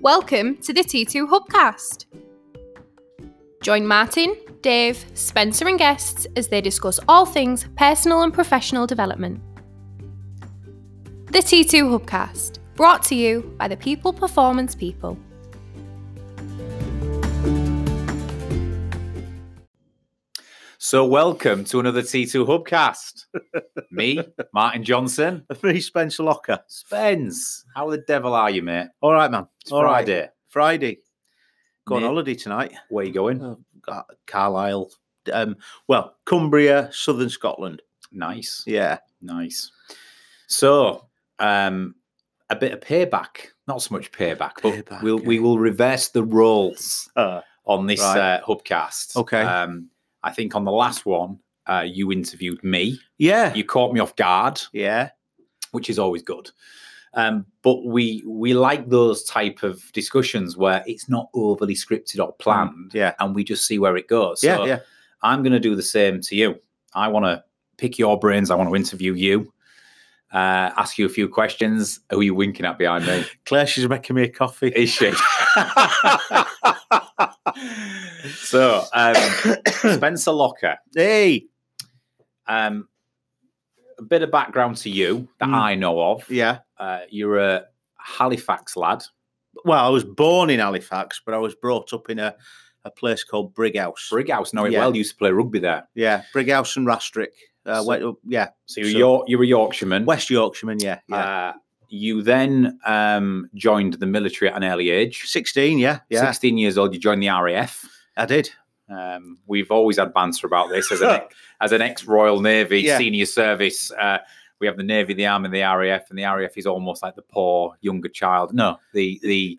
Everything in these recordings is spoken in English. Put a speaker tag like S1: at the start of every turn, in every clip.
S1: Welcome to the T2 Hubcast. Join Martin, Dave, Spencer, and guests as they discuss all things personal and professional development. The T2 Hubcast, brought to you by the People Performance People.
S2: So, welcome to another T2 Hubcast. Me, Martin Johnson,
S3: me, Spencer Locker.
S2: Spence. How the devil are you, mate?
S3: All right, man.
S2: It's
S3: All right.
S2: Friday.
S3: Friday. Go on
S2: Mate.
S3: holiday tonight.
S2: Where you going?
S3: Oh, Car- Carlisle. Um, well, Cumbria, southern Scotland.
S2: Nice,
S3: Yeah.
S2: nice. So, um, a bit of payback. Not so much payback, but
S3: Payback,
S2: we'll, we
S3: yeah.
S2: will reverse the roles
S3: Uh,
S2: on this
S3: Right.
S2: uh, Hubcast.
S3: Okay.
S2: Um, I think on the last one, uh, you interviewed me.
S3: yeah.
S2: You caught me off guard.
S3: yeah.
S2: which is always good. Um, but we we like those type of discussions where it's not overly scripted or planned,
S3: Mm, Yeah.
S2: and we just see where it goes.
S3: Yeah.
S2: So
S3: yeah.
S2: I'm going to do the same to you. I want to pick your brains. I want to interview you, uh, ask you a few questions. Who are you winking at behind me?
S3: Claire, she's making me a coffee.
S2: is she? so um, Spencer Locker,
S3: hey.
S2: um, a bit of background to you that
S3: Mm.
S2: I know of.
S3: Yeah.
S2: Uh, you're a Halifax lad.
S3: Well, I was born in Halifax, but I was brought up in a, a place called Brighouse.
S2: Brighouse know it
S3: Yeah.
S2: well. Used to play rugby there.
S3: yeah. Brighouse and Rastrick. Uh,
S2: So-
S3: went- yeah.
S2: So you're
S3: So-
S2: York, you're a Yorkshireman.
S3: West Yorkshireman. Yeah. Yeah.
S2: Uh, you then um, joined the military at an early age.
S3: 16. Yeah. Yeah.
S2: 16 years old, you joined the RAF.
S3: I did.
S2: Um, we've always had banter about this as an as an ex Royal Navy
S3: Yeah.
S2: senior service. Uh, we have the Navy, the Army, the RAF, and the RAF is almost like the poor younger child. No, the the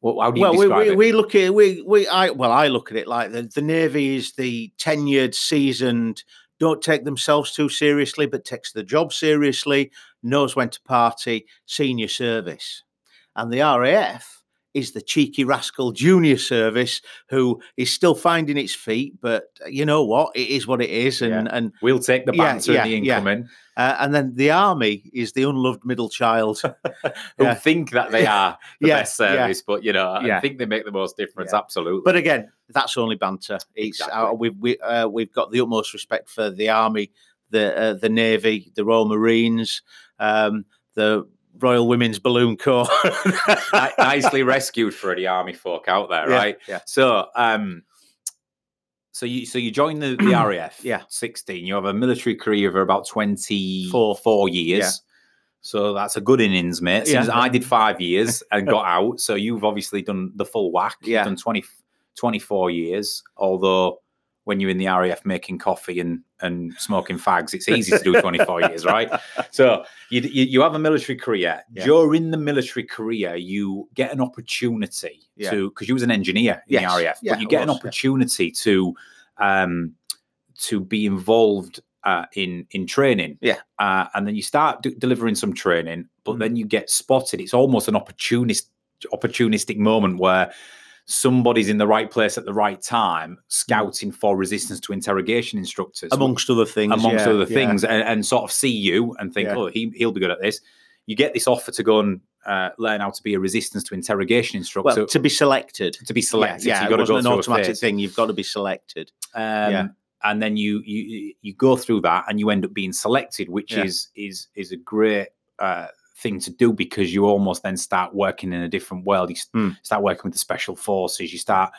S2: what, how do you
S3: well, we,
S2: describe
S3: we,
S2: it?
S3: we look at we we I well I look at it like the, the navy is the tenured, seasoned, don't take themselves too seriously, but takes the job seriously, knows when to party, senior service, and the RAF is the cheeky rascal junior service who is still finding its feet, but uh, you know what, it is what it is, and and
S2: will take the
S3: Yeah,
S2: banter and
S3: yeah,
S2: the
S3: yeah.
S2: incoming
S3: uh, and then the army is the unloved middle child.
S2: who
S3: Yeah.
S2: think that they are the
S3: Yeah,
S2: best
S3: yeah.
S2: service, but you know, I
S3: Yeah.
S2: think they make the most difference.
S3: Yeah.
S2: Absolutely.
S3: But again, that's only banter. It's uh,
S2: Exactly.
S3: we've we, uh, we've got the utmost respect for the army, the uh, the navy, the Royal Marines, um, the Royal Women's Balloon Corps.
S2: Ni- nicely rescued for the army folk out there,
S3: Yeah,
S2: right?
S3: yeah.
S2: So, um, so you so you join the, the RAF,
S3: Yeah.
S2: sixteen. You have a military career for about twenty
S3: Four.
S2: four years. So that's a good innings, mate. Since
S3: Yeah.
S2: I did five years and got out, so you've obviously done the full whack.
S3: Yeah.
S2: You've done 20, 24 years. Although when you're in the RAF making coffee and and smoking fags, it's easy to do twenty four years, right? So you, you you have a military career.
S3: Yeah.
S2: During the military career, you get an opportunity
S3: Yeah.
S2: to because you was an engineer in
S3: Yes.
S2: the RAF,
S3: Yeah,
S2: but you
S3: I
S2: get an
S3: was, yeah.
S2: opportunity to um to be involved uh, in in training.
S3: Yeah.
S2: uh, and then you start d- delivering some training, but
S3: Mhm.
S2: then you get spotted. It's almost an opportunist opportunistic moment where. Somebody's in the right place at the right
S3: Mm.
S2: time, scouting for resistance to interrogation instructors
S3: amongst other things.
S2: amongst
S3: yeah,
S2: other
S3: yeah.
S2: things, and, and sort of see you and think,
S3: Yeah.
S2: oh, he, he'll be good at this. You get this offer to go and uh, learn how to be a resistance to interrogation instructor to,
S3: Well, to be selected.
S2: be selected.
S3: Yeah, yeah
S2: you
S3: it
S2: got to go
S3: wasn't
S2: through
S3: an
S2: a
S3: automatic
S2: phase.
S3: thing. You've got to be selected.
S2: Um,
S3: Yeah.
S2: And then you you you go through that and you end up being selected, which
S3: Yeah.
S2: is is is a great uh, thing to do because you almost then start working in a different world. You s-
S3: Hmm.
S2: start working with the special forces. You start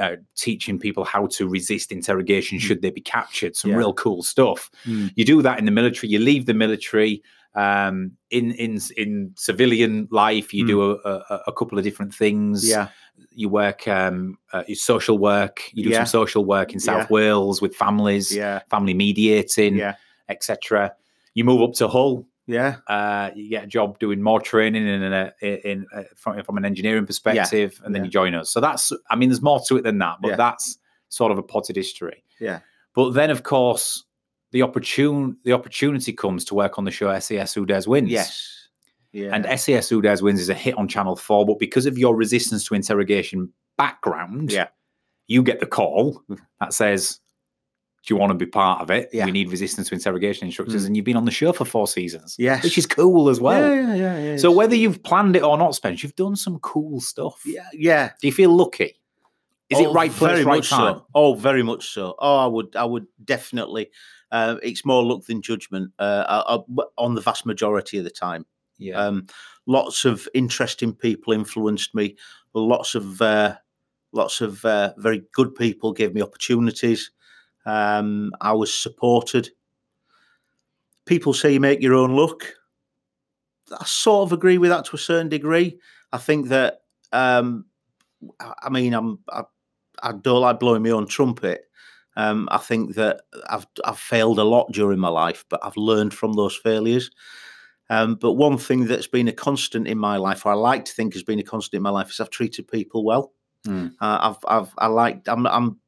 S2: uh, teaching people how to resist interrogation
S3: Hmm.
S2: should they be captured. Some
S3: Yeah.
S2: real cool stuff. you do that in the military you leave the military um in in in civilian life you
S3: Hmm.
S2: do a, a, a couple of different things
S3: Yeah,
S2: you work um uh, you social work you do
S3: Yeah.
S2: some social work in south
S3: Yeah.
S2: wales with families
S3: yeah,
S2: family mediating
S3: yeah,
S2: etc you move up to hull
S3: yeah.
S2: uh, you get a job doing more training in, a, in, uh from, from an engineering perspective, and then
S3: yeah.
S2: you join us. So that's, I mean, there's more to it than that, but
S3: Yeah.
S2: that's sort of a potted history.
S3: Yeah.
S2: But then, of course, the opportune the opportunity comes to work on the show SES Who Dares Wins.
S3: Yes. Yeah.
S2: And SES Who Dares Wins is a hit on Channel 4, but because of your resistance to interrogation background,
S3: Yeah.
S2: you get the call that says, Do you want to be part of it?
S3: Yeah.
S2: We need resistance to interrogation instructors,
S3: Mm.
S2: and you've been on the show for four seasons,
S3: Yes.
S2: which is cool as well.
S3: Yeah, yeah, yeah, yeah.
S2: So whether you've planned it or not, Spence, you've done some cool stuff.
S3: yeah, yeah.
S2: Do you feel lucky? Is it
S3: Oh,
S2: right place,
S3: very
S2: right
S3: much
S2: time?
S3: So. Oh, very much so. Oh, I would, I would definitely. Uh, it's more luck than judgment uh, uh, uh, on the vast majority of the time.
S2: Yeah.
S3: Um, lots of interesting people influenced me. Lots of uh, lots of uh, very good people gave me opportunities. Um, I was supported. People say you make your own luck. I sort of agree with that to a certain degree. I think that um, I I mean I'm I, I don't like blowing my own trumpet. Um, I think that I've I've failed a lot during my life, but I've learned from those failures. Um, but one thing that's been a constant in my life, or I like to think has been a constant in my life, is I've treated people well.
S2: Mm.
S3: Uh, I've, I've, I like, I'm, I'm,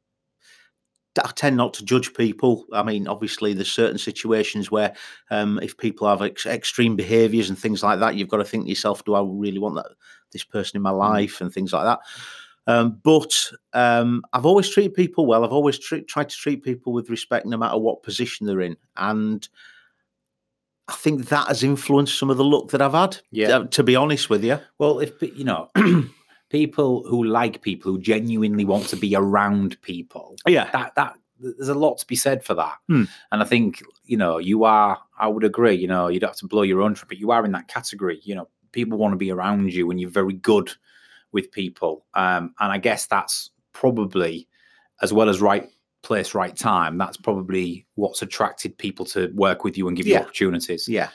S3: I tend not to judge people. I mean, obviously, there's certain situations where um, if people have ex- extreme behaviours and things like that, you've got to think to yourself, do I really want that this person in my life and things like that. Um, but um, I've always treated people well. I've always tre- tried to treat people with respect, no matter what position they're in, and I think that has influenced some of the luck that I've had.
S2: Yeah.
S3: uh, to be honest with you,
S2: Well, if pe- you know, people who like people who genuinely want to be around people,
S3: yeah,
S2: that that there's a lot to be said for that.
S3: Hmm.
S2: And I think you know, you are. I would agree. You know, you'd have to blow your own trumpet. You are in that category. You know, people want to be around you, and you're very good with people. Um, and I guess that's probably as well as right place, right time. That's probably what's attracted people to work with you and give you
S3: Yeah.
S2: opportunities.
S3: yeah,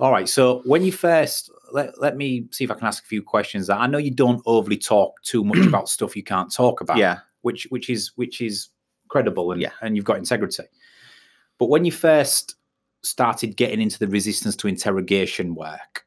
S2: All right. So when you first let, let me see if I can ask a few questions that I know you don't overly talk too much about stuff you can't talk about.
S3: yeah,
S2: Which which is which is credible and
S3: Yeah.
S2: and you've got integrity. But when you first started getting into the resistance to interrogation work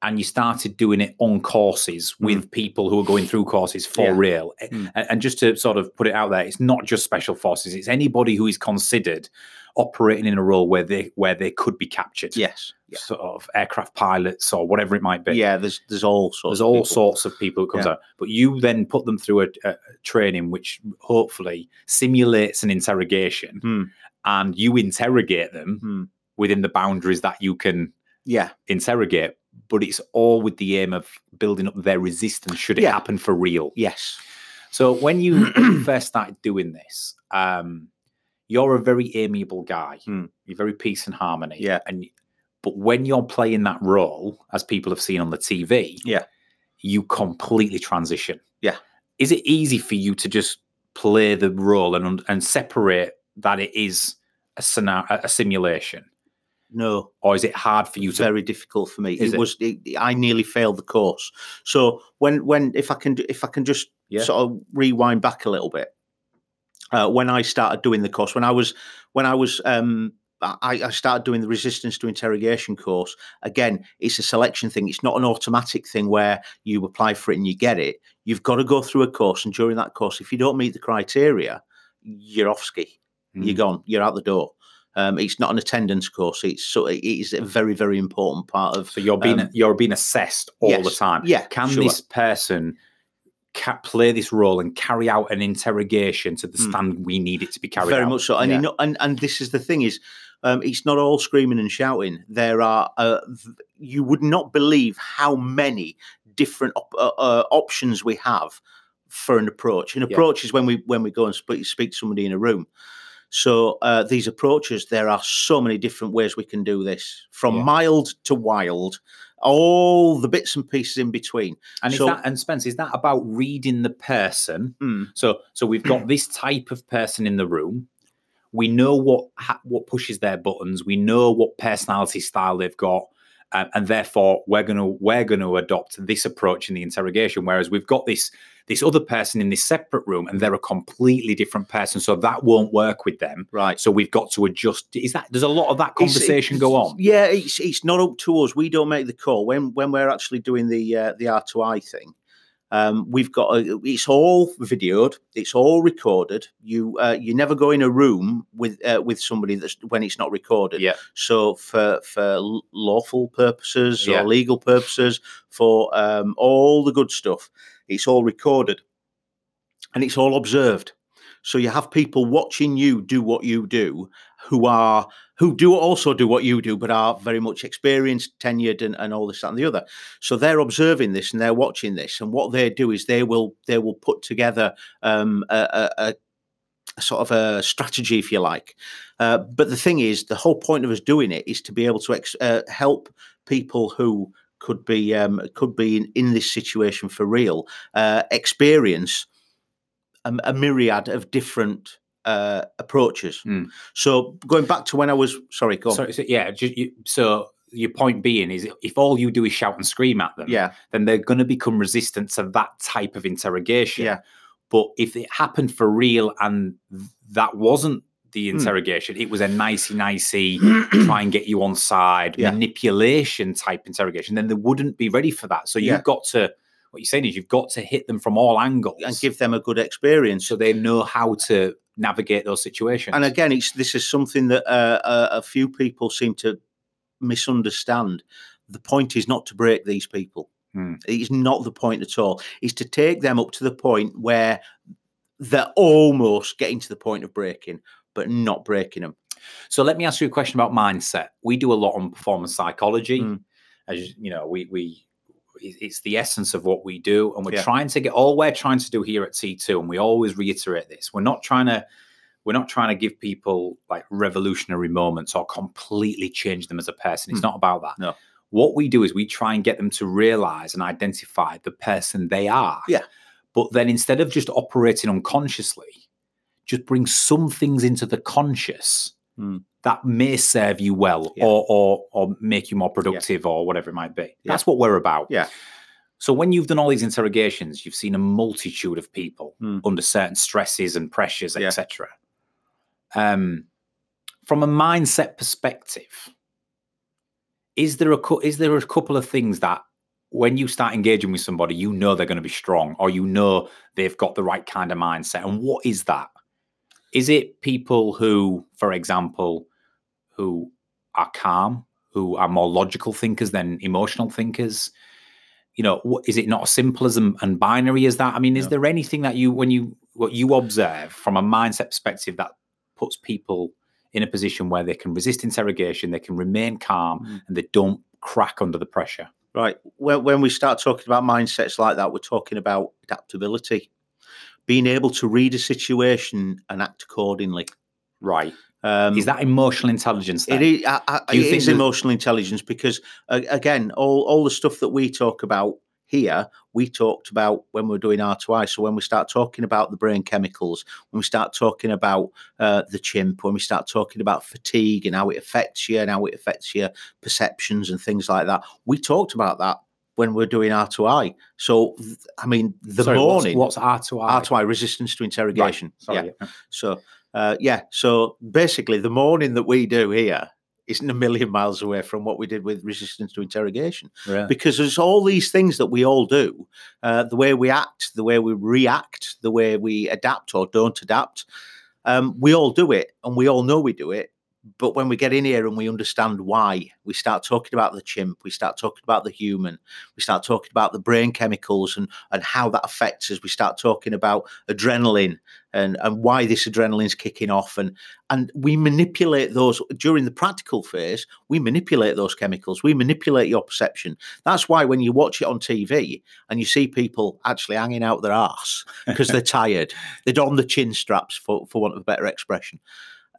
S2: and you started doing it on courses with people who are going through courses for
S3: Mm. Yeah.
S2: real. eh, A-
S3: Mm.
S2: And, and just to sort of put it out there, it's not just special forces, it's anybody who is considered operating in a role where they where they could be captured
S3: yes, yeah.
S2: sort of aircraft pilots or whatever it might be.
S3: yeah there's there's all sorts.
S2: There's
S3: of
S2: all
S3: people.
S2: sorts of people who comes
S3: Yeah.
S2: out, but you then put them through a, a training which hopefully simulates an interrogation,
S3: Hmm.
S2: and you interrogate them
S3: Hmm.
S2: within the boundaries that you can
S3: Yeah,
S2: interrogate. But it's all with the aim of building up their resistance should it
S3: Yeah.
S2: happen for real.
S3: yes,
S2: So when you first started doing this, um, you're a very amiable guy.
S3: Hmm.
S2: You're very peace and harmony.
S3: Yeah.
S2: And but when you're playing that role, as people have seen on the TV,
S3: Yeah.
S2: you completely transition.
S3: Yeah.
S2: Is it easy for you to just play the role and un- and separate that it is a scenario, a simulation,
S3: no,
S2: or is it hard for you to?
S3: very difficult for me.
S2: Is
S3: It,
S2: it?
S3: was. It, I nearly failed the course. So when when if I can do- if I can just
S2: Yeah.
S3: sort of rewind back a little bit. Uh, when I started doing the course, when I was when I was um, I, I started doing the resistance to interrogation course. Again, it's a selection thing. It's not an automatic thing where you apply for it and you get it. You've got to go through a course, and during that course, if you don't meet the criteria, you're off ski
S2: Mm.
S3: you're gone. You're out the door. Um, it's not an attendance course. It's so it is a very very important part of.
S2: So you're being
S3: um,
S2: you're being assessed all the
S3: yes.
S2: time.
S3: Yeah,
S2: Can
S3: sure.
S2: this person ca- play this role and carry out an interrogation to the
S3: Mm.
S2: standard we need it to be carried
S3: very
S2: out?
S3: much so. And, you know, and and this is the thing is, um, it's not all screaming and shouting. There are uh, v- you would not believe how many different op- uh, uh, options we have for an approach. An
S2: Yeah.
S3: approach is when we when we go and speak, speak to somebody in a room. So uh, these approaches, there are so many different ways we can do this, from
S2: Yeah.
S3: mild to wild, all the bits and pieces in between.
S2: And is
S3: so-
S2: that and Spence, is that about reading the person?
S3: Mm.
S2: So so we've got this type of person in the room. We know what ha- what pushes their buttons. We know what personality style they've got, um, and therefore we're gonna we're gonna adopt this approach in the interrogation. Whereas we've got this this other person in this separate room, and they're a completely different person, so that won't work with them.
S3: Right.
S2: So we've got to adjust. Is that there's a lot of that
S3: It's-
S2: conversation
S3: it's-
S2: go on?
S3: Yeah, it's it's not up to us. We don't make the call when when we're actually doing the uh, the R two I thing. Um, we've got a, it's all videoed, it's all recorded. You uh, you never go in a room with uh, with somebody that's when it's not recorded.
S2: Yeah.
S3: So for for l- lawful purposes
S2: Yeah.
S3: or legal purposes, for um, all the good stuff, it's all recorded, and it's all observed. So you have people watching you do what you do, who are who do also do what you do, but are very much experienced, tenured, and, and all this that, and the other. So they're observing this and they're watching this, and what they do is they will they will put together um, a, a, a sort of a strategy, if you like. Uh, but the thing is, the whole point of us doing it is to be able to ex- uh, help people who could be um, could be in, in this situation for real uh, experience a, a myriad of different uh, approaches.
S2: Mm.
S3: So going back to when I was sorry, go on.
S2: So, so yeah, ju- you, so your point being is if all you do is shout and scream at them,
S3: yeah,
S2: then they're going to become resistant to that type of interrogation.
S3: Yeah.
S2: But if it happened for real and th- that wasn't the
S3: Hmm.
S2: interrogation, it was a nicey nicey try and get you on side
S3: Yeah.
S2: manipulation type interrogation, then they wouldn't be ready for that. So you've
S3: Yeah.
S2: got to what you're saying is you've got to hit them from all angles
S3: and give them a good experience.
S2: so they know how to navigate those situations.
S3: and again, it's this is something that uh, uh, a few people seem to misunderstand. The point is not to break these people.
S2: Hmm.
S3: It is not the point at all. It's to take them up to the point where they're almost getting to the point of breaking, but not breaking them.
S2: So let me ask you a question about mindset. We do a lot on performance psychology,
S3: Mm.
S2: as you know. We we it- it's the essence of what we do, and we're
S3: Yeah.
S2: trying to get all we're trying to do here at T two, and we always reiterate this. We're not trying to we're not trying to give people like revolutionary moments or completely change them as a person. It's
S3: Mm.
S2: not about that.
S3: No.
S2: What we do is we try and get them to realize and identify the person they are.
S3: Yeah.
S2: But then instead of just operating unconsciously, just bring some things into the conscious
S3: Mm.
S2: that may serve you well
S3: Yeah.
S2: or, or or make you more productive or whatever it might be.
S3: Yeah.
S2: That's what we're about.
S3: Yeah.
S2: So when you've done all these interrogations, you've seen a multitude of people
S3: Mm.
S2: under certain stresses and pressures,
S3: Yeah.
S2: etc. Um, from a mindset perspective, is there a cou- is there a couple of things that when you start engaging with somebody, you know they're going to be strong, or you know they've got the right kind of mindset. And what is that? Is it people who, for example, who are calm, who are more logical thinkers than emotional thinkers? You know, wha- is it not as simple as and, and binary as that? I mean, is
S3: No.
S2: there anything that you, when you what you observe from a mindset perspective, that puts people in a position where they can resist interrogation, they can remain calm,
S3: Mm.
S2: and they don't crack under the pressure?
S3: Right. When, when we start talking about mindsets like that, we're talking about adaptability, being able to read a situation and act accordingly.
S2: Right.
S3: Um,
S2: is that emotional intelligence? Then?
S3: It is, I, I,
S2: Do you
S3: it
S2: think
S3: is
S2: there's-
S3: emotional intelligence because, uh, again, all, all the stuff that we talk about here, we talked about when we we're doing R2I. So when we start talking about the brain chemicals, when we start talking about uh, the chimp, when we start talking about fatigue and how it affects you and how it affects your perceptions and things like that, we talked about that when we we're doing R2I. So, th- I mean, the
S2: Sorry, what's-
S3: morning,
S2: What's, R to R?
S3: R2I, resistance to interrogation. Yeah.
S2: Sorry. yeah.
S3: So uh, yeah, so basically, the morning that we do here isn't a million miles away from what we did with resistance to interrogation
S2: Really?
S3: because there's all these things that we all do uh, the way we act the way we react the way we adapt or don't adapt um, we all do it and we all know we do it but when we get in here and we understand why we start talking about the chimp we start talking about the human we start talking about the brain chemicals and and how that affects us we start talking about adrenaline and and why this adrenaline's kicking off and and we manipulate those during the practical phase we manipulate those chemicals we manipulate your perception that's why when you watch it on tv and you see people actually hanging out their arse because they're tired they're on the chin straps for for want of a better expression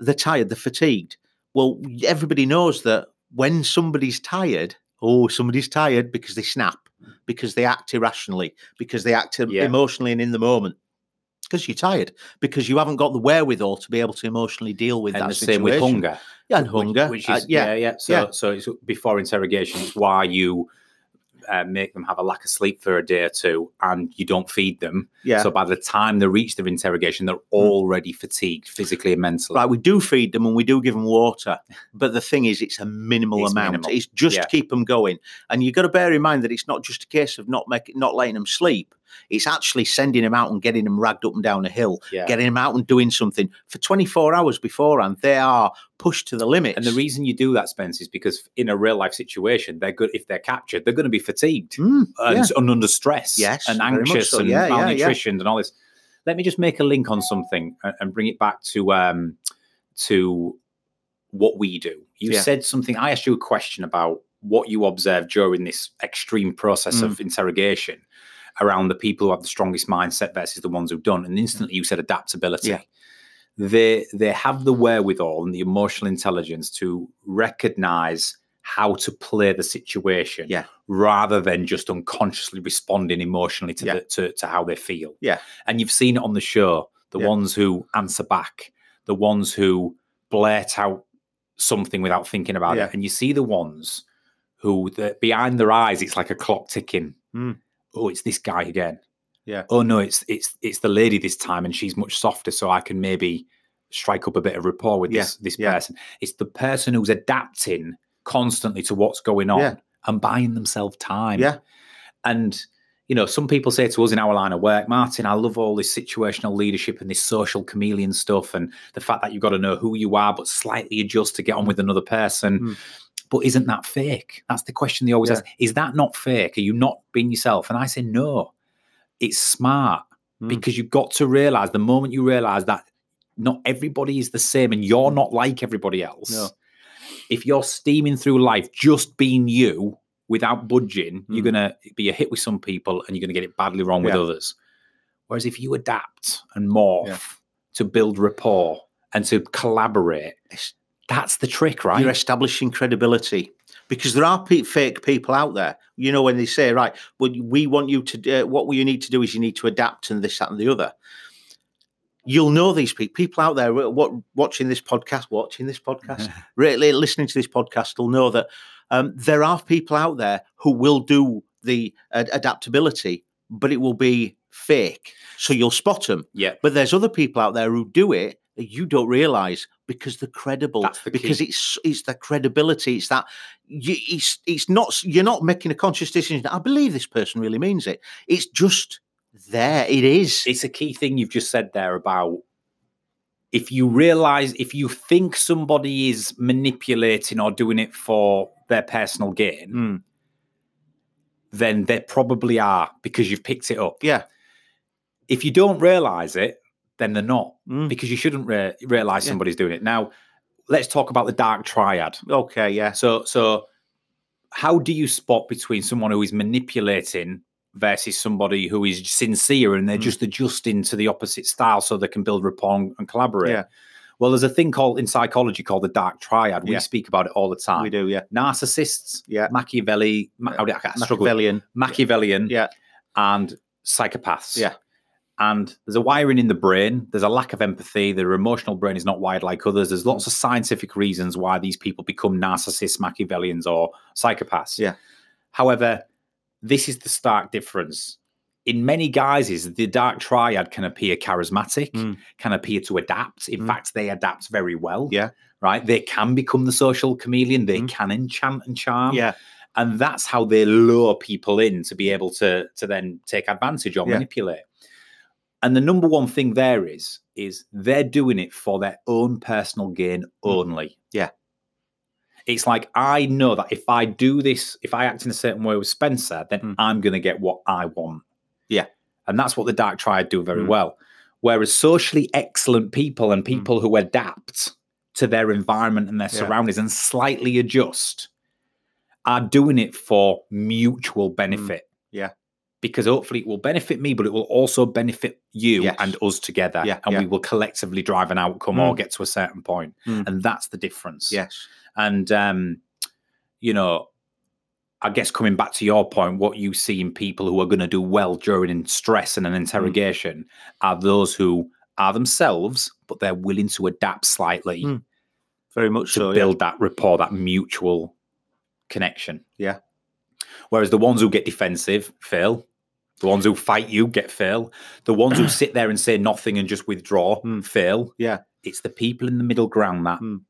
S3: they're tired they're fatigued well everybody knows that when somebody's tired oh somebody's tired because they snap because they act irrationally because they act em-
S2: Yeah.
S3: emotionally and in the moment because you're tired because you haven't got the wherewithal to be able to emotionally deal with
S2: And
S3: that
S2: the
S3: situation
S2: same with hunger.
S3: yeah, and
S2: which-
S3: hunger
S2: Which,
S3: uh,
S2: is, yeah,
S3: yeah
S2: yeah. So,
S3: yeah.
S2: so it's before interrogation. It's why you uh, make them have a lack of sleep for a day or two, and you don't feed them.
S3: yeah Hmm.
S2: So by the time they reach their interrogation, they're already fatigued physically and mentally.
S3: Right, we do feed them and we do give them water, but the thing is, it's a minimal
S2: It's
S3: amount.
S2: minimal,
S3: It's just
S2: yeah.
S3: to keep them going, and you've got to bear in mind that it's not just a case of not making, not letting them sleep. It's actually sending them out and getting them ragged up and down a hill,
S2: Yeah.
S3: getting them out and doing something for 24 hours beforehand. They are pushed to the limits.
S2: and the reason you do that, Spence, is because in a real life situation, they're good. If they're captured, they're going to be fatigued.
S3: Mm,
S2: and,
S3: yeah.
S2: and uh, under stress
S3: Yes,
S2: and
S3: very much
S2: anxious
S3: so.
S2: and
S3: Yeah, yeah, yeah.
S2: malnutritioned and all this. let me just make a link on something and, and bring it back to um to what we do. You
S3: Yeah.
S2: said something. I asked you a question about what you observed during this extreme process
S3: Mm.
S2: of interrogation around the people who have the strongest mindset versus the ones who've done. And instantly you said adaptability.
S3: Yeah.
S2: They they have the wherewithal and the emotional intelligence to recognize how to play the situation
S3: Yeah.
S2: rather than just unconsciously responding emotionally to,
S3: Yeah.
S2: the, to to how they feel.
S3: Yeah.
S2: And you've seen it on the show, the
S3: Yeah.
S2: ones who answer back, the ones who blurt out something without thinking about
S3: Yeah.
S2: it. And you see the ones who the, behind their eyes it's like a clock ticking.
S3: Mm.
S2: Oh, it's this guy again.
S3: Yeah.
S2: Oh no, it's it's it's the lady this time and she's much softer, so I can maybe strike up a bit of rapport with
S3: Yeah,
S2: this this
S3: yeah.
S2: person. It's the person who's adapting constantly to what's going on
S3: Yeah.
S2: and buying themselves time.
S3: Yeah.
S2: And you know, some people say to us in our line of work, Martin, I love all this situational leadership and this social chameleon stuff and the fact that you've got to know who you are but slightly adjust to get on with another person.
S3: Mm.
S2: But isn't that fake? That's the question they always
S3: Yeah.
S2: ask. Is that not fake? Are you not being yourself? And I say no. It's smart
S3: Mm.
S2: because you've got to realize the moment you realize that not everybody is the same and you're not like everybody else.
S3: No.
S2: If you're steaming through life just being you without budging, you're
S3: Mm.
S2: going to be a hit with some people and you're going to get it badly wrong with
S3: Yeah.
S2: others. Whereas if you adapt and morph
S3: Yeah.
S2: to build rapport and to collaborate,
S3: It's-
S2: that's the trick, right?
S3: You're establishing credibility because there are pe- fake people out there. You know, when they say, right, well, we want you to, do, what you need to do is you need to adapt and this, that, and the other. You'll know these people. People out there uh, what, watching this podcast, watching this podcast, really listening to this podcast will know that um, there are people out there who will do the uh, adaptability, but it will be fake. So you'll spot them.
S2: yeah.
S3: But there's other people out there who do it that you don't realize because they're credible.
S2: That's the
S3: because
S2: key.
S3: it's it's the credibility. It's that you, it's it's not you're not making a conscious decision. I believe this person really means it. It's just there. It is.
S2: It's a key thing you've just said there about if you realize, if you think somebody is manipulating or doing it for their personal gain,
S3: Mm,
S2: then they probably are because you've picked it up.
S3: Yeah.
S2: If you don't realize it, then they're not
S3: mm.
S2: because you shouldn't re- realize
S3: Yeah.
S2: somebody's doing it. Now, let's talk about the dark triad.
S3: Okay. Yeah.
S2: So, so how do you spot between someone who is manipulating versus somebody who is sincere and they're
S3: Mm.
S2: just adjusting to the opposite style so they can build rapport and- and collaborate?
S3: Yeah.
S2: Well, there's a thing called in psychology called the dark triad. We
S3: Yeah.
S2: speak about it all the time.
S3: We do. Yeah.
S2: Narcissists,
S3: Yeah.
S2: Machiavelli, Ma- how do I, I struggle with-
S3: Machiavellian.
S2: Machiavellian,
S3: Yeah.
S2: and psychopaths.
S3: Yeah.
S2: And there's a wiring in the brain. There's a lack of empathy. Their emotional brain is not wired like others. There's lots of scientific reasons why these people become narcissists, Machiavellians, or psychopaths.
S3: Yeah.
S2: However, this is the stark difference. In many guises, the dark triad can appear charismatic,
S3: Mm.
S2: can appear to adapt. In
S3: Mm.
S2: fact, they adapt very well.
S3: Yeah.
S2: Right? They can become the social chameleon. They
S3: Mm.
S2: can enchant and charm
S3: Yeah.
S2: and that's how they lure people in to be able to to then take advantage or
S3: Yeah.
S2: manipulate and the number one thing there is is they're doing it for their own personal gain only
S3: Mm. Yeah.
S2: it's like i know that if i do this if i act in a certain way with spencer then
S3: Mm.
S2: i'm going to get what i want
S3: Yeah.
S2: and that's what the dark triad do very
S3: Mm.
S2: well whereas socially excellent people and people who adapt to their environment and their
S3: Yeah.
S2: surroundings and slightly adjust are doing it for
S3: Mm.
S2: mutual benefit.
S3: yeah.
S2: Because hopefully it will benefit me, but it will also benefit you
S3: Yes.
S2: and us together.
S3: Yeah,
S2: and
S3: yeah. Hmm.
S2: we will collectively drive an outcome or get to a certain point.
S3: Mm.
S2: And that's the difference.
S3: Yes.
S2: And um, you know, I guess coming back to your point, what you see in people who are going to do well during in stress
S3: Hmm.
S2: and an interrogation are those who are themselves, but they're willing to adapt slightly
S3: Mm. Very much
S2: to
S3: so. yeah.
S2: build that rapport, that mutual connection.
S3: Yeah.
S2: Whereas the ones who get defensive fail. The ones who fight you get fail. The ones who sit there and say nothing and just withdraw
S3: Mm.
S2: fail.
S3: Yeah.
S2: It's the people in the middle ground that
S3: Mm.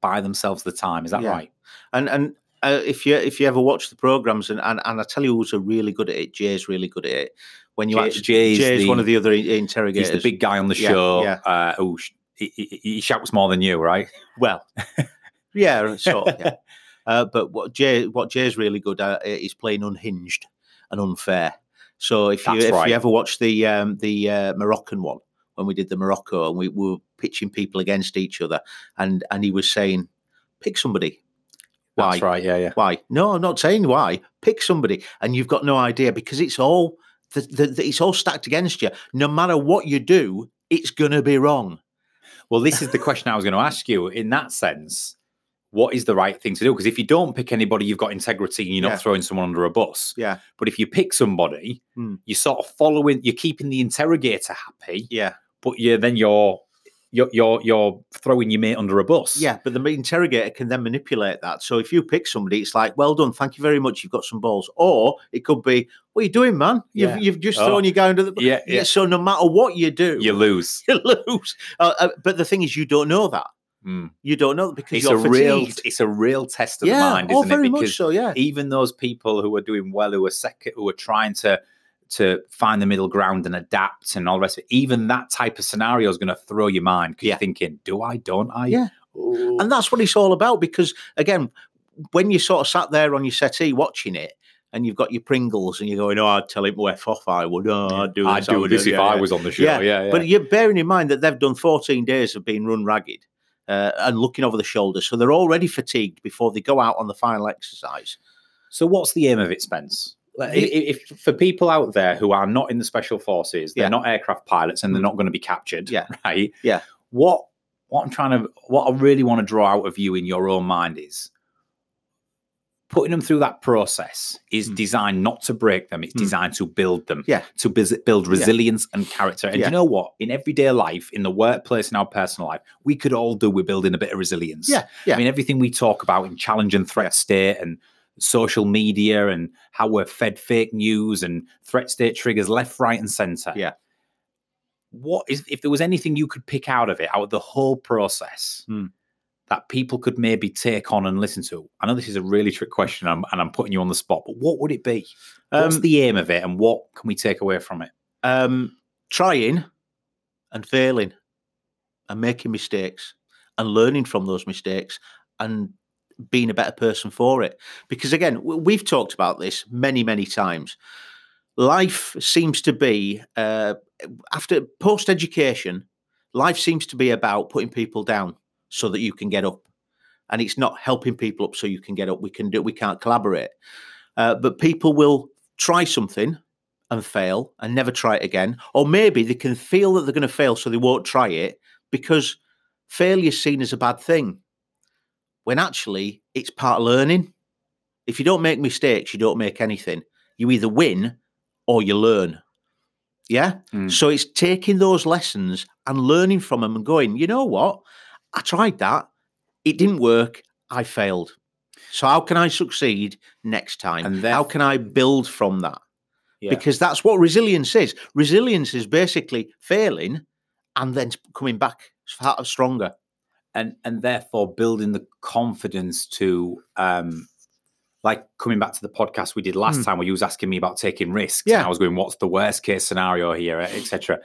S2: buy themselves the time. Is that
S3: Yeah.
S2: right?
S3: And and uh, if you if you ever watch the programs and, and and I tell you who's are really good at it, Jay's really good at it. When you
S2: Jay-
S3: actually
S2: Jay's
S3: Jay's
S2: the-
S3: one of the other in-
S2: He's
S3: interrogators.
S2: the big guy on the
S3: Yeah,
S2: show
S3: yeah.
S2: Uh, who sh- he, he- he shouts more than you, right?
S3: well, yeah, sort of, yeah. Uh, but what Jay what Jay's really good at is playing unhinged and unfair. So if
S2: That's
S3: you if
S2: right.
S3: you ever watch the um, the uh, Moroccan one when we did the Morocco and we were pitching people against each other, and and he was saying, pick somebody. Why?
S2: That's right. Yeah, yeah.
S3: Why? No, I'm not saying why. Pick somebody, and you've got no idea because it's all the, the, the, it's all stacked against you. No matter what you do, it's gonna be wrong.
S2: Well, this is the question I was going to ask you. In that sense, what is the right thing to do? Because if you don't pick anybody, you've got integrity and you're not
S3: Yeah.
S2: throwing someone under a bus.
S3: Yeah.
S2: But if you pick somebody,
S3: Hmm.
S2: you're sort of following. You're keeping the interrogator happy,
S3: Yeah,
S2: but you're then you're you're you're, you're throwing your mate under a bus.
S3: yeah. But the interrogator can then manipulate that. So if you pick somebody, it's like, well done, thank you very much. You've got some balls. Or it could be, what are you doing, man? You've,
S2: Yeah.
S3: you've just
S2: Oh.
S3: thrown your guy under the.
S2: yeah, yeah.
S3: So no matter what you do,
S2: You lose.
S3: you lose. Uh, uh, but the thing is, you don't know that.
S2: Hmm.
S3: You don't know that because
S2: It's a
S3: you're
S2: real
S3: fatigued.
S2: it's a real test of
S3: yeah,
S2: the mind,
S3: oh,
S2: isn't
S3: very
S2: it?
S3: much
S2: Because
S3: so. Yeah,
S2: even those people who are doing well, who are second, who are trying to to find the middle ground and adapt and all the rest of it, even that type of scenario is going to throw your mind because
S3: Yeah.
S2: you're thinking, do I, don't I?
S3: Yeah.
S2: Ooh.
S3: and that's what it's all about. Because again, when you sort of sat there on your settee watching it, and you've got your Pringles, and you're going, "Oh, I'd tell him to f off. I would. Oh, I'd do this.
S2: I'd do
S3: would
S2: this if
S3: yeah,
S2: I
S3: yeah."
S2: was on the show. Yeah,
S3: Yeah,
S2: yeah.
S3: But you're bearing in mind that they've done 14 days of being run ragged uh, and looking over the shoulder, so they're already fatigued before they go out on the final exercise.
S2: so, what's the aim of Uh, it, Spence? Like, i-
S3: The-
S2: i- if, for people out there who are not in the special forces, they're
S3: Yeah.
S2: not aircraft pilots, and they're
S3: Mm.
S2: not going to be captured.
S3: Yeah.
S2: right.
S3: Yeah.
S2: What what I'm trying to what I really want to draw out of you in your own mind is putting them through that process is
S3: Mm.
S2: designed not to break them. It's
S3: Mm.
S2: designed to build them.
S3: Yeah.
S2: To bus- build resilience and character. And
S3: Yeah.
S2: you know what? In everyday life, in the workplace, in our personal life, we could all do with building a bit of resilience.
S3: Yeah, yeah.
S2: I mean, everything we talk about in challenge and threat state and social media and how we're fed fake news and threat state triggers left, right, and center.
S3: Yeah.
S2: What is if there was anything you could pick out of it, out of the whole process
S3: Hmm.
S2: that people could maybe take on and listen to? I know this is a really trick question, and I'm, and I'm putting you on the spot, but what would it be? What's
S3: Um,
S2: the aim of it, and what can we take away from it?
S3: um, trying and failing and making mistakes and learning from those mistakes and being a better person for it. Because again, w- we've talked about this many, many times. Life seems to be, uh, after post education, life seems to be about putting people down so that you can get up. And it's not helping people up so you can get up. We can do. We can't collaborate. Uh, but people will try something and fail and never try it again. Or maybe they can feel that they're going to fail, so they won't try it because failure is seen as a bad thing when actually it's part of learning. If you don't make mistakes, you don't make anything. You either win or you learn. Yeah.
S2: Mm.
S3: So it's taking those lessons and learning from them and going, you know what? I tried that. It didn't work. I failed. So how can I succeed next time?
S2: And
S3: how
S2: theref-
S3: can I build from that?
S2: Yeah.
S3: Because that's what resilience is. Resilience is basically failing and then coming back far- stronger.
S2: and and therefore building the confidence to um like coming back to the podcast we did last
S3: Mm.
S2: time where you was asking me about taking risks and
S3: Yeah.
S2: i was going what's the worst case scenario here etc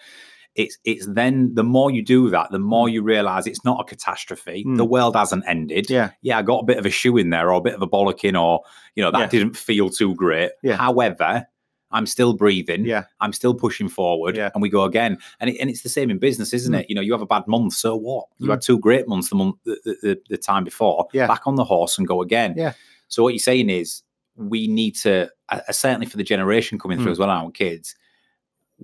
S2: it's it's then the more you do that the more you realize it's not a catastrophe the
S3: Mm.
S2: world hasn't ended
S3: Yeah.
S2: yeah i got a bit of a shoe in there or a bit of a bollocking or you know that
S3: Yeah.
S2: didn't feel too great
S3: Yeah.
S2: however i'm still breathing
S3: Yeah.
S2: i'm still pushing forward
S3: Yeah.
S2: and we go again and, it, and it's the same in business isn't
S3: Mm.
S2: it you know you have a bad month so what you
S3: Mm.
S2: had two great months the month the, the- the, the time before
S3: Yeah.
S2: back on the horse and go again
S3: Yeah.
S2: so what you're saying is we need to uh, uh, certainly for the generation coming through
S3: Mm.
S2: as well our kids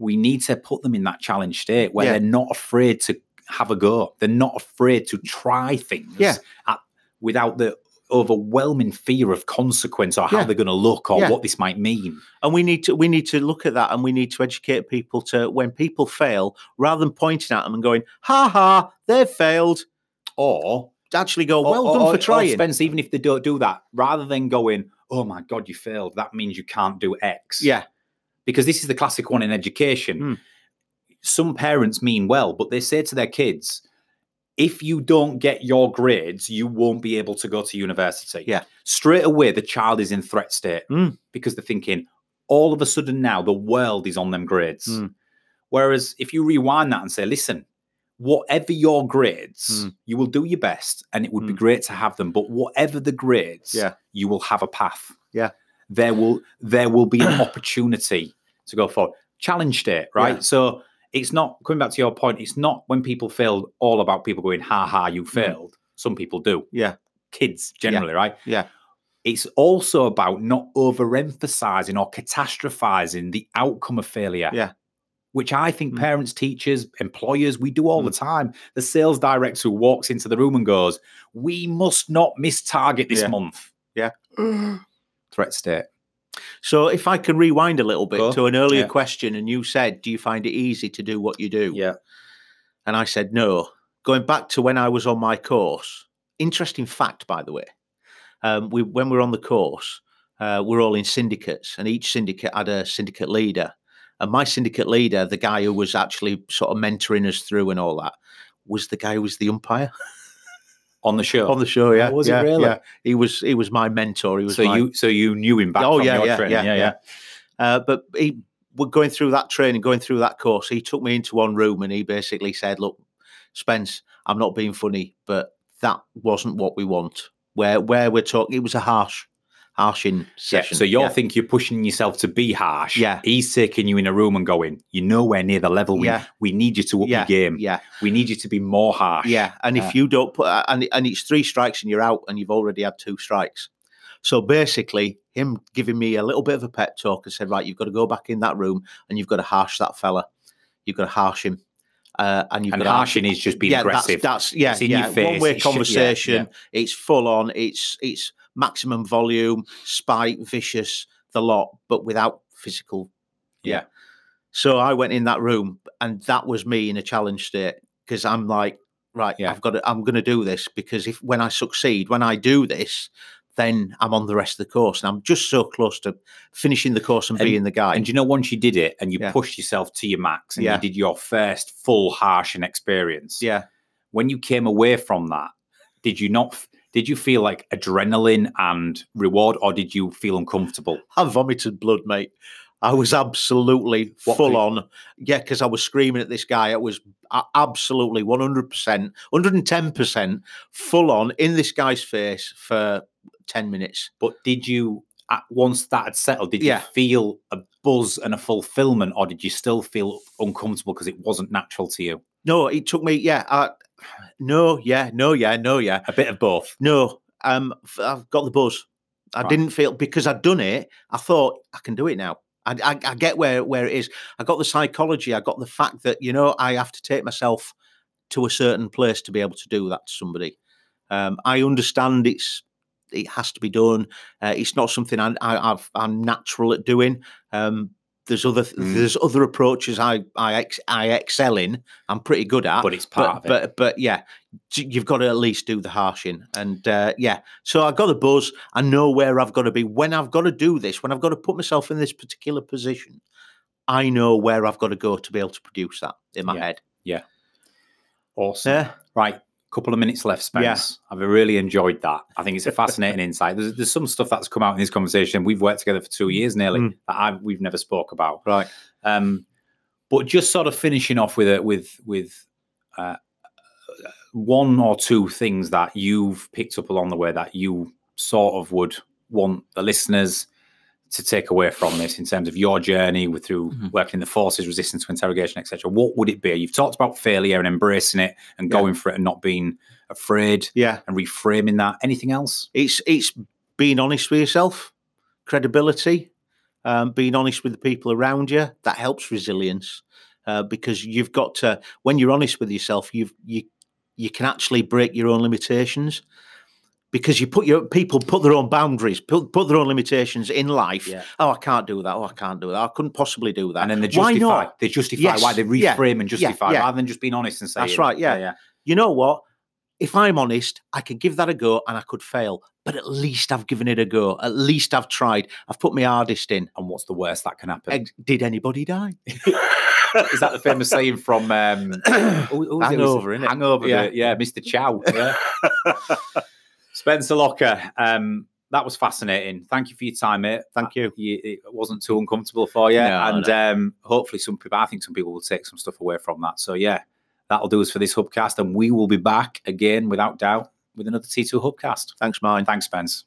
S2: we need to put them in that challenge state where
S3: Yeah.
S2: they're not afraid to have a go they're not afraid to try things
S3: Yeah.
S2: at, without the overwhelming fear of consequence or how
S3: Yeah.
S2: they're going to look or
S3: Yeah.
S2: what this might mean
S3: and we need to we need to look at that and we need to educate people to when people fail rather than pointing at them and going ha ha they've failed
S2: or
S3: actually go
S2: Or-
S3: well
S2: or-
S3: done
S2: or-
S3: for
S2: or
S3: trying
S2: Spence, even if they don't do that, rather than going, oh my God, you failed, that means you can't do X.
S3: yeah
S2: Because this is the classic one in education.
S3: Hmm.
S2: Some parents mean well, but they say to their kids, if you don't get your grades, you won't be able to go to university.
S3: Yeah.
S2: Straight away, the child is in threat state
S3: Hmm.
S2: because they're thinking, all of a sudden now, the world is on them grades.
S3: Hmm.
S2: Whereas if you rewind that and say, listen, whatever your grades,
S3: Mm.
S2: you will do your best and it would be
S3: Mm.
S2: great to have them. But whatever the grades,
S3: Yeah.
S2: you will have a path.
S3: Yeah.
S2: There will there will be an opportunity to go forward. Challenge state, right?
S3: Yeah.
S2: So it's not coming back to your point. It's not when people fail all about people going, "Ha ha, you failed." Some people do.
S3: Hmm. Yeah.
S2: kids generally, right?
S3: Yeah.
S2: It's also about not overemphasizing or catastrophizing the outcome of failure.
S3: Yeah.
S2: Which I think
S3: Mm.
S2: parents, teachers, employers, we do all the time. The sales director who walks into the room and goes, We must not miss target this
S3: Yeah.
S2: month.
S1: Mm.
S2: Threat state.
S3: So if I can rewind a little bit
S2: Go.
S3: to an earlier
S2: Yeah.
S3: question, and you said, "Do you find it easy to do what you do?"
S2: Yeah.
S3: And I said, "No." Going back to when I was on my course, interesting fact, by the way, um, we when we were on the course, uh, we're all in syndicates, and each syndicate had a syndicate leader. And my syndicate leader, the guy who was actually sort of mentoring us through and all that, was the guy who was the umpire
S2: On the show.
S3: on the show. Yeah,
S2: was he
S3: yeah,
S2: really?
S3: yeah. He was he was my mentor. He was
S2: so
S3: my-
S2: you so you knew him
S3: Oh,
S2: back from your training. Yeah, yeah.
S3: Uh, but he, we're going through that training, going through that course. He took me into one room and he basically said, "Look, Spence, I'm not being funny, but that wasn't what we want. Where where we're talking, it was a harsh, harshing
S2: Yeah,
S3: session.
S2: So you
S3: Yeah.
S2: are think you're pushing yourself to be harsh.
S3: Yeah.
S2: He's taking you in a room and going, You're nowhere near the level we
S3: Yeah.
S2: we need you to up
S3: Yeah.
S2: your game.
S3: yeah,
S2: We need you to be more harsh.
S3: yeah. And
S2: Yeah.
S3: if you don't put, and and it's three strikes and you're out, and you've already had two strikes. So basically, him giving me a little bit of a pep talk and said, "Right, you've got to go back in that room and you've got to harsh that fella. You've got to harsh him." Uh, and you've
S2: And
S3: got to
S2: harshing is just being
S3: yeah,
S2: aggressive.
S3: That's, that's yeah,
S2: It's in your
S3: yeah.
S2: face,
S3: One way
S2: it's sh- yeah, yeah.
S3: conversation. It's full on. It's it's maximum volume, spite, vicious, the lot, but without physical.
S2: Yeah.
S3: So I went in that room, and that was me in a challenge state because I'm like, right,
S2: Yeah.
S3: I've got to, I'm going to do this because if when I succeed, when I do this, then I'm on the rest of the course, and I'm just so close to finishing the course and,
S2: And-
S3: being the guy.
S2: And you know, once you did it and you
S3: Yeah.
S2: pushed yourself to your max and
S3: Yeah.
S2: you did your first full harsh and experience,
S3: yeah,
S2: when you came away from that, did you not? f- Did you feel like adrenaline and reward, or did you feel uncomfortable?
S3: I vomited blood, mate. I was absolutely
S2: What
S3: full
S2: the-
S3: on. Yeah, because I was screaming at this guy. I was a- absolutely 100%, 110% full on in this guy's face for 10 minutes.
S2: But did you, at once that had settled, did
S3: Yeah.
S2: you feel a buzz and a fulfillment, or did you still feel uncomfortable because it wasn't natural to you?
S3: No, it took me, yeah. I, no, yeah, no, yeah, no, yeah.
S2: A bit of both.
S3: No, um, f- I've got the buzz. I
S2: Right.
S3: didn't feel because I'd done it. I thought I can do it now. I, I, I get where where it is. I got the psychology. I got the fact that you know I have to take myself to a certain place to be able to do that to somebody. Um, I understand it's it has to be done. Uh, it's not something I, I, I've, I'm natural at doing. Um, there's other th-
S2: Mm.
S3: there's other approaches I I, ex- I excel in. I'm pretty good at
S2: But it's part
S3: but,
S2: of it.
S3: but but yeah, j- you've got to at least do the harshing, and uh, yeah. So I've got a buzz. I know where I've got to be when I've got to do this. When I've got to put myself in this particular position, I know where I've got to go to be able to produce that in my
S2: Yeah.
S3: head.
S2: awesome.
S3: Yeah,
S2: Right. Couple of minutes left,
S3: Yeah.
S2: Spence. I've really enjoyed that. I think it's a fascinating insight. There's, there's some stuff that's come out in this conversation. We've worked together for two years nearly
S3: Mm.
S2: that I've, we've never spoke about.
S3: right.
S2: Um, but just sort of finishing off with a, with with uh, one or two things that you've picked up along the way that you sort of would want the listeners to take away from this in terms of your journey with through
S3: Mhm.
S2: working in the forces, resistance to interrogation, etc. What would it be? You've talked about failure and embracing it and
S3: Yeah.
S2: going for it and not being afraid
S3: Yeah,
S2: and reframing that. Anything else?
S3: it's it's being honest with yourself, credibility, um, being honest with the people around you. That helps resilience uh, because you've got to. When you're honest with yourself, you've you you can actually break your own limitations because you put your people put their own boundaries, put, put their own limitations in life.
S2: Yeah.
S3: Oh, I can't do that. Oh, I can't do that. I couldn't possibly do that.
S2: And then they
S3: Why
S2: justify.
S3: not?
S2: They justify
S3: Yes.
S2: why they
S3: Yeah.
S2: reframe and
S3: Yeah.
S2: justify
S3: Yeah.
S2: rather than just being honest and saying.
S3: That's right, yeah.
S2: yeah.
S3: You know what? If I'm honest, I could give that a go and I could fail, but at least I've given it a go. At least I've tried. I've put my hardest in.
S2: And what's the worst that can happen?
S3: Ex- Did anybody die?
S2: is that the famous saying from um, who- who was it? It was
S3: Hangover, innit?
S2: Hangover,
S3: Yeah.
S2: yeah, yeah Mr. Chow. Yeah. Spencer Locker, um, that was fascinating. Thank you for your time, mate.
S3: Thank you.
S2: You, it wasn't too uncomfortable for you,
S3: No,
S2: and Um, hopefully, some people. I think some people will take some stuff away from that. So yeah, that'll do us for this hubcast, and we will be back again, without doubt, with another T2 hubcast.
S3: Thanks, mine.
S2: Thanks, Spence.